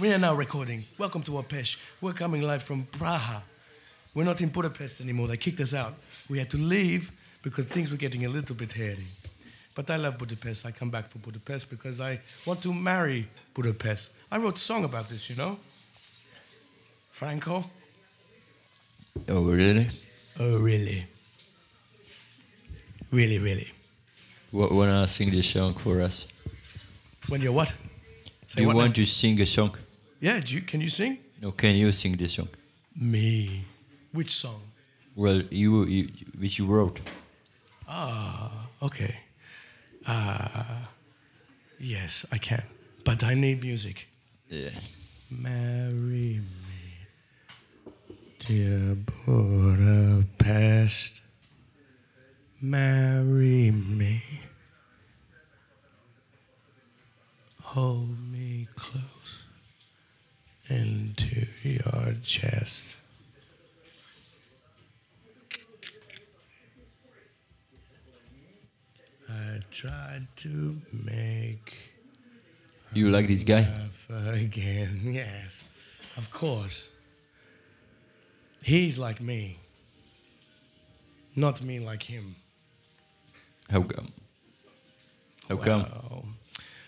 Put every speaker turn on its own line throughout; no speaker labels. We are now recording. Welcome to Wapesh. We're coming live from Praha. We're not in Budapest anymore. They kicked us out. We had to leave because things were getting a little bit hairy. But I love Budapest. I come back for Budapest because I want to marry Budapest. I wrote a song about this, you know? Franco?
Oh, really?
Oh, really? Really, really.
Wa- Wanna sing this song for us?
When you're what? Say
Do you
what
want to sing a song?
now? Yeah, do you, can you sing?
No, can you sing this song?
Me. Which song?
Well, you, you which you wrote.
Okay. Uh, yes, I can. But I need music.
Yeah.
Marry me, dear Budapest. Marry me. Hold me close into your chest. I tried to make
You like this guy?
love again. Yes, of course. He's like me, not me like him.
How come? How come?
Well,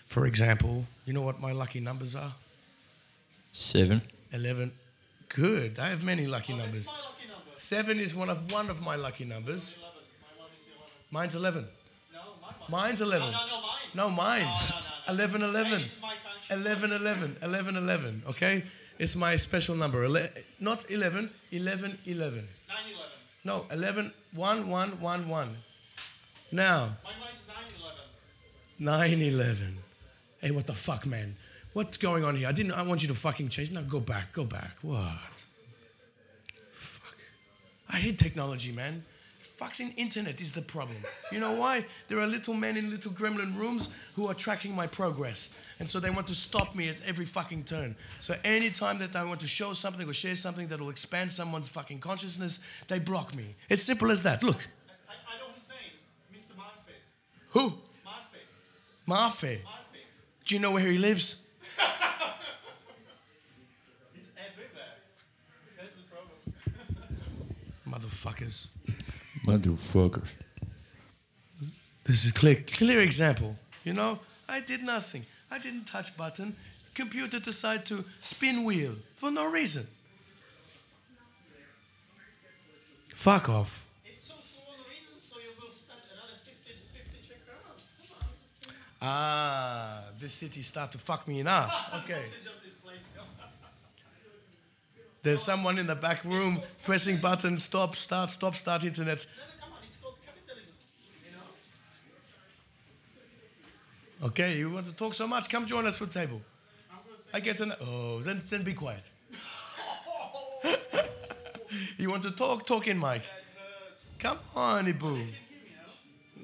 for example, you know what my lucky numbers are?
Seven.
11. Good. I have many lucky
Oh,
numbers. Seven is one of one of my lucky numbers. Mine's 11. Mine's 11.
no, no, mine. Oh,
No, mine.
no, no.
11, 11.
Mine is my country.
11, 11. 11, 11. Okay? It's my special number. Ele- not 11, 11, 11.
9/11.
No, 11, 1, 1, 1, 1. Now,
Mine mine's 9/11.
9 11. Hey, what the fuck, man? What's going on here? I didn't. I want you to fucking change. Now go back. Go back. What? Fuck. I hate technology, man. Fucking internet is the problem. You know why? There are little men in little gremlin rooms who are tracking my progress. And so they want to stop me at every fucking turn. So anytime that I want to show something or share something that will expand someone's fucking consciousness, they block me. It's simple as that. Look.
I, I know his name, Mr. Marfit.
Who?
Marfit.
Mafe.
Marfit.
Do you know where he lives?
He's everywhere. That's the problem.
Motherfuckers.
Motherfuckers.
This is clear, clear example. You know, I did nothing. I didn't touch button. Computer decided to spin wheel for no reason. Fuck off.
It's so small reason, so you will spend another 50, 50 Czech crowns. Come on.
Ah, this city start to fuck me in ass. Okay.
It's just this place.
There's someone in the back room pressing button, stop, start, stop, start internet.
No, no, come on. It's called capitalism. You know?
Okay, you want to talk so much? Come join us for the table. I get an. Oh, then, then be quiet. you want to talk? Talk in, Mike. Come on, Ibu.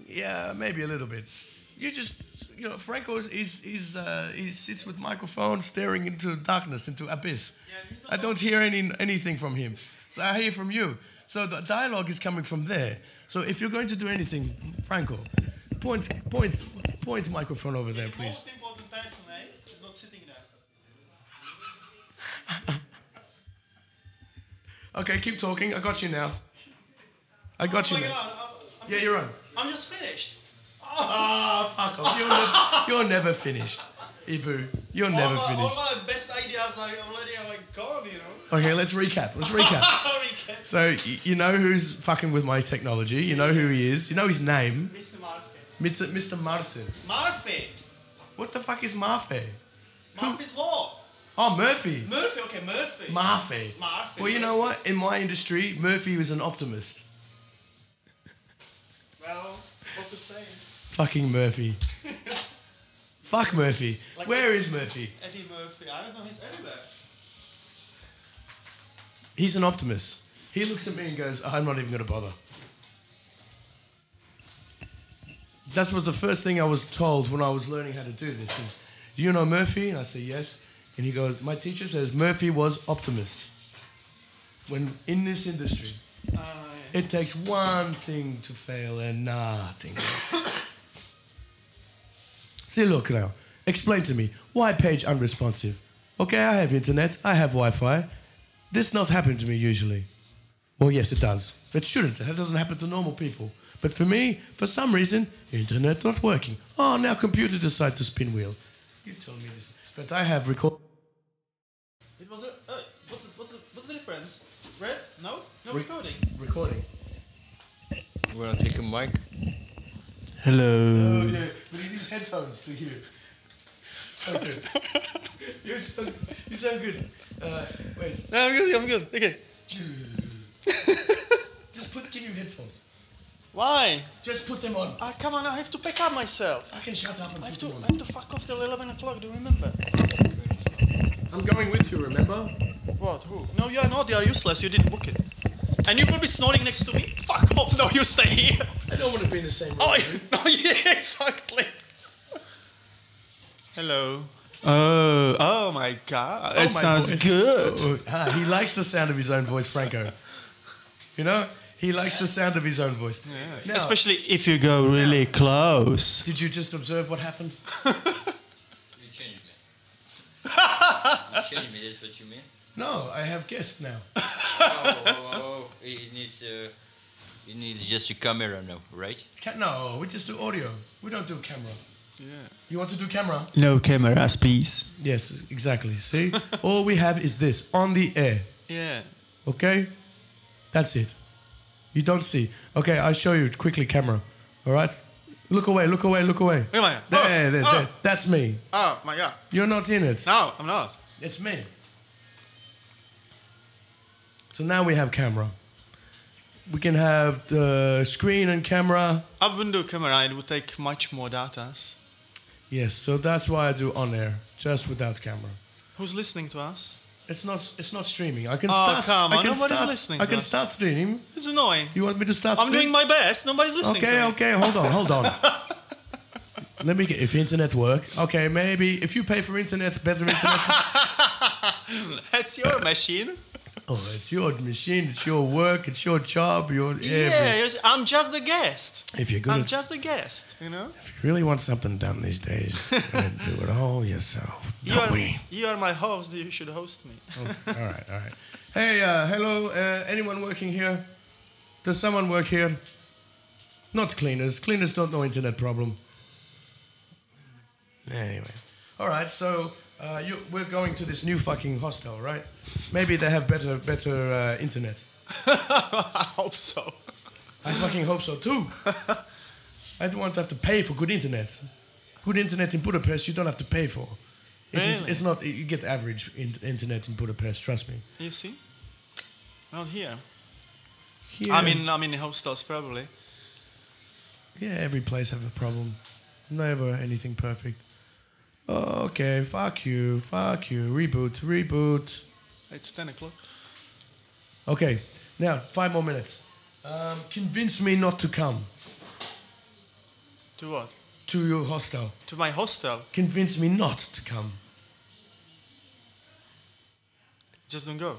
Yeah, maybe a little bit. You just, you know, Franco is, is, is uh, he sits with microphone staring into darkness, into abyss. I don't hear any, anything from him. So I hear from you. So the dialogue is coming from there. So if you're going to do anything, Franco, point, point, point microphone over there,
The
please.
most important person, eh? Is not sitting there.
Okay, keep talking. I got you now. I got
Oh
you
my
now.
god. I'm, I'm
Yeah,
just,
you're on.
I'm just finished.
Fuck off. You're, nev- you're never finished, Ibu. You're never
all, my, all
finished.
my best ideas are already like gone, you know?
Okay, let's recap. Let's recap.
Recap.
So y- you know who's fucking with my technology. You know who he is. You know his name,
Mr. Marfit.
Mr. Mr. Martin.
Marfit.
What the fuck is Marfe?
Murphy's Law.
Oh, Murphy.
Murphy, okay, Murphy.
Marfe.
Marfe.
Well, you know what? In my industry, Murphy was an optimist.
well, what to say?
Fucking Murphy. Fuck Murphy.
Like-
Where is Murphy?
Eddie Murphy, I don't know, he's everywhere.
He's an optimist. He looks at me and goes, I'm not even going to bother. That was the first thing I was told when I was learning how to do this is, do you know Murphy? And I say, yes. And he goes, my teacher says Murphy was optimist. When in this industry,
Uh,
it takes one thing to fail and nothing. else." See, look now. Explain to me, why page unresponsive? okay, I have internet, I have Wi-Fi. This not happen to me usually. Well, yes, it does. It shouldn't. That doesn't happen to normal people. But for me, for some reason, internet not working. Oh, now computer decide to spin wheel. You told me this, but I have record.
It was a. Uh, what's, the, what's, the, what's the difference? Red? No? No recording.
Recording.
You wanna take a mic? Hello.
yeah, but he needs headphones to hear. So good. you sound, you sound good. Uh, wait,
No, I'm good. I'm good. Okay.
just put give him headphones.
Why?
Just put them on.
Ah, come on, I have to pick up myself.
I can shut up and
I have
put
to,
them
I
on.
have to fuck off till 11 o'clock, do you remember?
I'm going with you. Remember?
What? Who? No, you're not. You're useless. You didn't book it. And you will be snoring next to me? Fuck off. No, you stay here.
I don't want to be in the same room.
Oh, yeah. no, yeah, exactly. Hello. Oh, oh my god. That
Oh, my
sounds
voice.
good.
Oh, ah, he likes the sound of his own voice, Franco. You know, he likes the sound of his own voice. Now,
Especially if you go really close.
did you just observe what happened?
You changed me. you changed me, that's what you mean.
No, I have guests now.
Oh, oh, oh, oh. It needs, uh, it needs just a camera now, right?
Ca- no, we just do audio. We don't do camera.
Yeah.
You want to do camera?
No cameras, please.
Yes, exactly. See, all we have is this on the air.
Yeah.
Okay, that's it. You don't see. Okay, I'll show you quickly. Camera. All right. Look away. Look away. Look away.
Look at my-
There,
oh,
there,
oh.
there. That's me.
Oh my god.
You're not in it.
No, I'm not.
It's me. So now we have camera. We can have the screen and camera.
I wouldn't do camera, it would take much more data.
Yes, so that's why I do on air, just without camera.
Who's listening to us?
It's not it's not streaming. I can
Oh,
start.
come
I
on,
can
nobody's
start,
listening
I
to
can
us.
start streaming.
It's annoying.
You want me to start
I'm doing
streaming?
my best, nobody's listening
Okay,
to me.
okay, hold on, hold on. Let me get if internet work. Okay, maybe if you pay for internet, better internet.
That's your machine.
oh, it's your machine, it's your work, it's your job, your everything.
Yeah, I'm just a guest.
If you're good
I'm
at
just a guest, you know?
If you really want something done these days, you gotta do it all yourself.
You
Don't
are,
we?
you are my host, you should host me.
all right, all right. Hey, uh, hello. Uh, anyone working here? Does someone work here? Not cleaners. Cleaners don't know internet problem. Anyway, all right. So uh, you, we're going to this new fucking hostel, right? Maybe they have better, better uh, internet.
I hope so.
I fucking hope so too. I don't want to have to pay for good internet. Good internet in Budapest, you don't have to pay for. It is,
Really?
It's not. You get average in, internet in Budapest. Trust me.
You see? Not here.
Here,
I mean, I mean, hostels probably.
yeah, every place have a problem. Never anything perfect. Okay, fuck you, fuck you. Reboot, reboot.
It's ten o'clock.
Okay, now five more minutes. Um, convince me not to come
To what?
to your hostel.
To my hostel.
Convince me not to come.
Just don't go.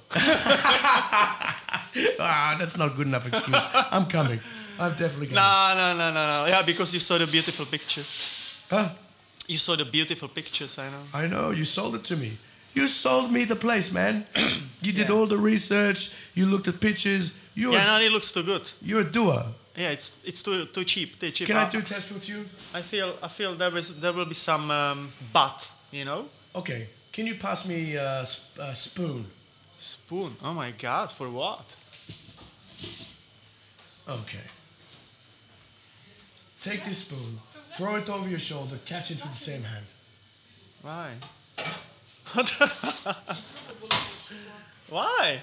Ah, that's not good enough excuse. I'm coming. I'm definitely coming.
no, no, no, no, no. Yeah, because you saw the beautiful pictures.
Huh?
You saw the beautiful pictures. I know.
I know, you sold it to me. You sold me the place, man. you did
Yeah.
all the research, you looked at pictures. You're,
Yeah, no, it looks too good.
you're a doer.
Yeah, it's it's too too cheap. Too cheap.
Can
I,
I do test with you?
I feel I feel there is there will be some um, but you know
Okay, can you pass me a sp- uh, spoon?
spoon. Oh my god, for what?
Okay. Take this spoon, throw it over your shoulder, catch it with the same hand.
Why? Why?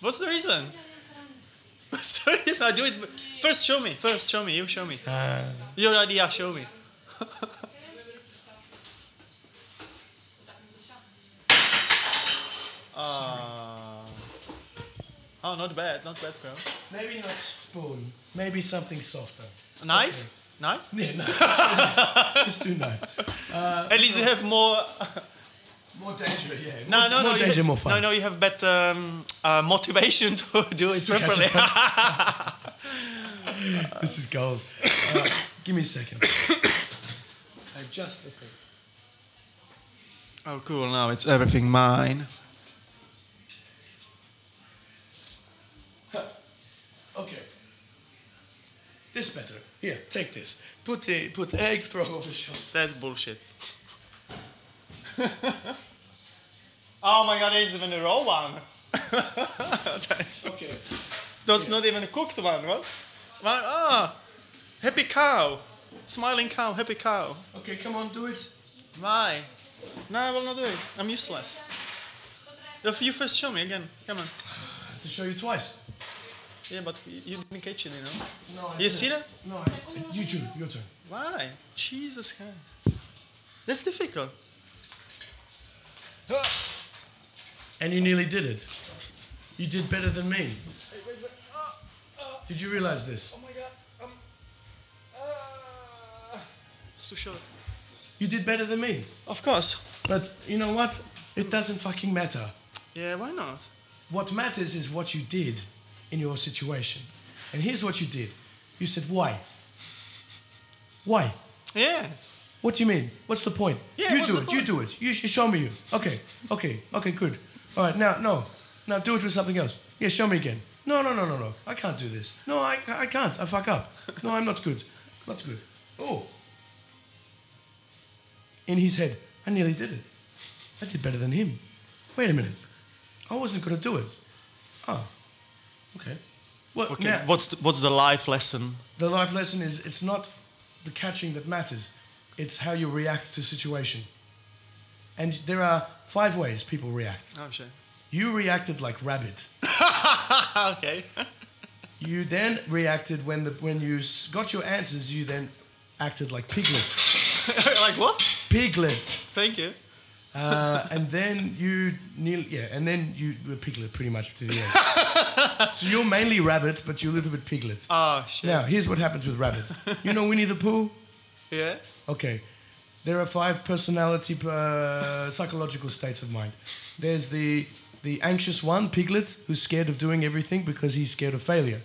What's the reason? What's the reason? I do it. First, show me. First, show me. You show me.
Uh,
Your idea, show me. Ah. oh, not bad. Not bad, bro.
maybe not spoon, maybe something softer.
Knife? Knife?
Yeah, no, it's too knife.
At least you have more.
More danger, yeah.
No,
more,
no,
more
no.
danger,
You,
more
ha-
fun.
no, no. You have better um, uh, motivation to do it
catch
properly.
This is gold. Uh, give me a second. I just the thing.
Oh, cool. Now it's everything mine.
Okay. This better. Here, take this. Put the put egg, throw over shoulder.
That's bullshit. oh my god, it's even a raw one. that's,
Okay.
that's not even a cooked one, what? One, ah, happy cow. Smiling cow, happy cow.
Okay, come on, do it.
Why? No, I will not do it. I'm useless. If you first show me again. Come on.
I have to show you twice.
Yeah, but you you didn't catch it, you know?
No, I
You see that?
No, I, you too. Your turn.
Why? Jesus Christ. That's difficult.
And you nearly did it. You did better than me. Did you realize this?
Oh my god. Um, it's too short.
You did better than me.
Of course.
But you know what? It doesn't fucking matter.
Yeah, why not?
What matters is what you did in your situation. And here's what you did. You said, why? Why?
Yeah.
What do you mean? What's the point?
Yeah,
you
what's
do
the
it. You
point?
do it. You sh- show me you. Okay. Okay. Okay. Good. All right. Now, no. Now do it with something else. Yeah. Show me again. No. No. No. No. No. I can't do this. No. I. I can't. I fuck up. No. I'm not good. Not good. Oh. In his head, I nearly did it. I did better than him. Wait a minute. I wasn't gonna do it. Oh. Okay. Well,
Okay.
now-
What's the, what's the life lesson?
the life lesson is it's not the catching that matters, it's how you react to situation. And there are five ways people react.
Oh shit.
You reacted like rabbit.
okay.
You then reacted when the when you s- got your answers. You then acted like piglet.
like what?
Piglet.
Thank you.
Uh, and then you kneel, yeah, and then you were piglet pretty much to the end. so you're mainly rabbit, but you're a little bit piglet.
Oh shit.
Now here's what happens with rabbits. You know Winnie the Pooh.
Yeah.
Okay. There are five personality uh, psychological states of mind. There's the the anxious one, Piglet, who's scared of doing everything because he's scared of failure.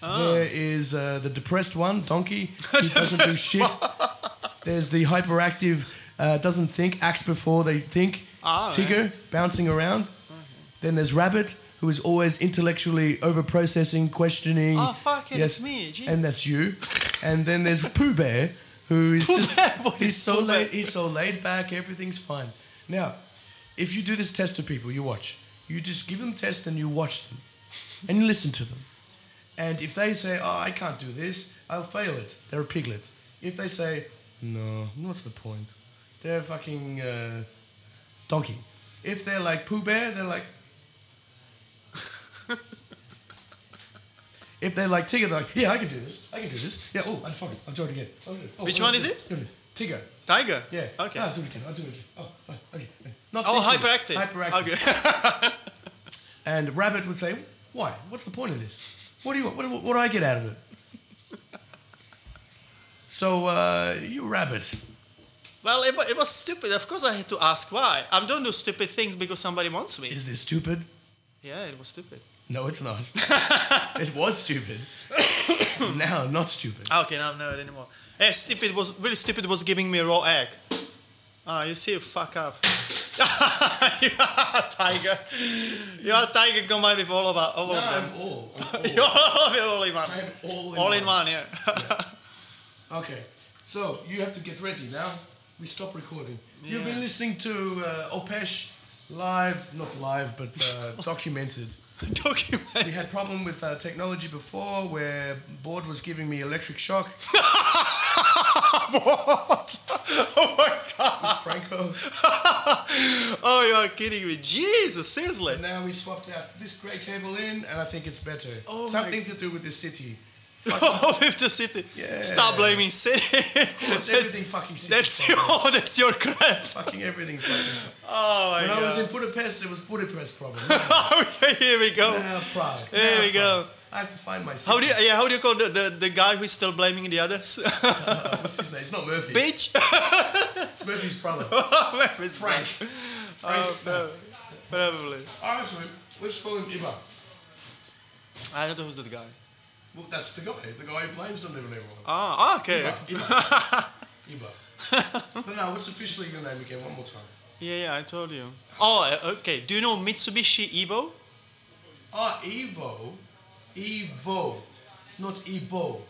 Oh.
There is uh, the depressed one, Donkey, who doesn't do shit. There's the hyperactive, uh, doesn't think, acts before they think,
Ah,
Tigger, bouncing around. Then there's Rabbit, who is always intellectually over processing, questioning.
Oh, fuck it, it's me, jeez.
And that's you. And then there's Pooh Bear, who is
Pooh
just,
Bear, what
he's
is
so
Pooh Bear?
laid, he's so laid back. Everything's fine. Now, if you do this test to people, you watch. You just give them tests and you watch them, and you listen to them. And if they say, "Oh, I can't do this," I'll fail it. They're a piglet. If they say, "No, what's the point?" They're a fucking uh, donkey. If they're like Pooh Bear, they're like. If they like Tigger, they're like, yeah, I can do this. I can do this. Yeah, oh, I'll fuck it. I'll do it again. I'll do it. Oh,
Which
I'll
one
do
is
Do it. Tigger.
Tiger.
Yeah.
Okay.
No, I'll do it again. I'll do it again. Oh, right, okay. Not
oh, hyperactive.
thinking. Hyperactive.
Okay.
And Rabbit would say, why? What's the point of this? What do you? What, what, what do I get out of it? so uh, you Rabbit.
well, it, wa- it was stupid. Of course, I had to ask why. I don't do stupid things because somebody wants me.
Is this stupid?
Yeah, it was stupid.
No, it's not. it was stupid. now not stupid.
Ah, Okay, now I'm not anymore. Eh, stupid was really stupid was giving me a raw egg. Ah, you see, fuck up. you are a tiger. You are a tiger combined with all of us. All of them.
all.
You're all, you're all in one.
I'm all in
all in
one.
one, yeah.
Okay, so you have to get ready now. We stop recording. You've
Yeah.
been listening to uh, Opesh live, not live, but uh, documented. We
Document.
had problem with uh, technology before, where board was giving me electric shock.
What? oh my god.
Franco.
oh, you are kidding me. Jesus, seriously.
And now we swapped out this grey cable in, and I think it's better.
Oh my-
Something to do with the city.
with the Oh, city.
Yeah.
Stop blaming city.
It's everything fucking city.
that's, your, that's your crap.
fucking everything. Fucking.
Oh my
When
god.
I was in Budapest, it was Budapest problem. Now
okay, here we go.
Prague.
There
Now
we go.
Prague. I have to find my. City.
How do you, yeah, how do you call the, the, the guy who's still blaming the others?
Uh, what's his name? It's not Murphy.
Bitch?
It's Murphy's brother.
Where is
Frank.
that?
Frank.
Oh, prob- probably.
Honestly, let's call him Iba.
I don't know who's that guy.
Well, that's the guy. The guy who blames on everyone.
Ah, okay.
Iba. Iba. Iba. but now, what's officially your name again? One more time.
Yeah, yeah, I told you. Oh, uh, okay. Do you know Mitsubishi Evo?
Ah, Evo. Evo. Not Ebo.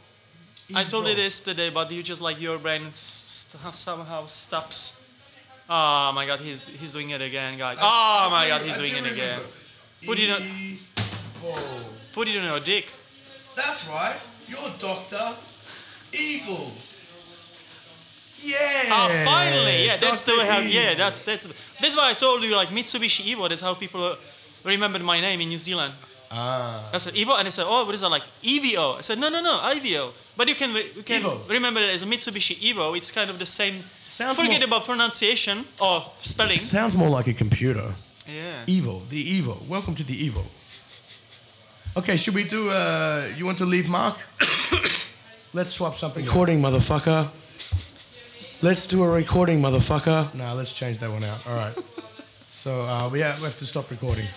I told you
Evo.
this today, but you just like your brain st- somehow stops. Oh my god, he's he's doing it again, guys. Oh my god, he's doing it again. Put it on-
Evo.
Put it on your dick.
That's right. You're Doctor Evil. Yeah. E.
Ah, finally, yeah, that's
Dr.
the how.
Evil.
Yeah, that's that's that's why I told you like Mitsubishi Evo. That's how people uh, remembered my name in New Zealand.
Ah.
I said Evo, and they said, "Oh, what is that like EVO?" I said, "No, no, no, IVO." But you can re- you can
Evo.
remember it as Mitsubishi Evo. It's kind of the same.
Sounds
Forget
more-
about pronunciation or spelling.
Sounds more like a computer.
Yeah.
Evil, the evil. Welcome to the evil. Okay, should we do? Uh, you want to leave, Mark? let's swap something. Recording, motherfucker. Let's do a recording, motherfucker. Nah, let's change that one out. All right. so uh, we, have, we have to stop recording.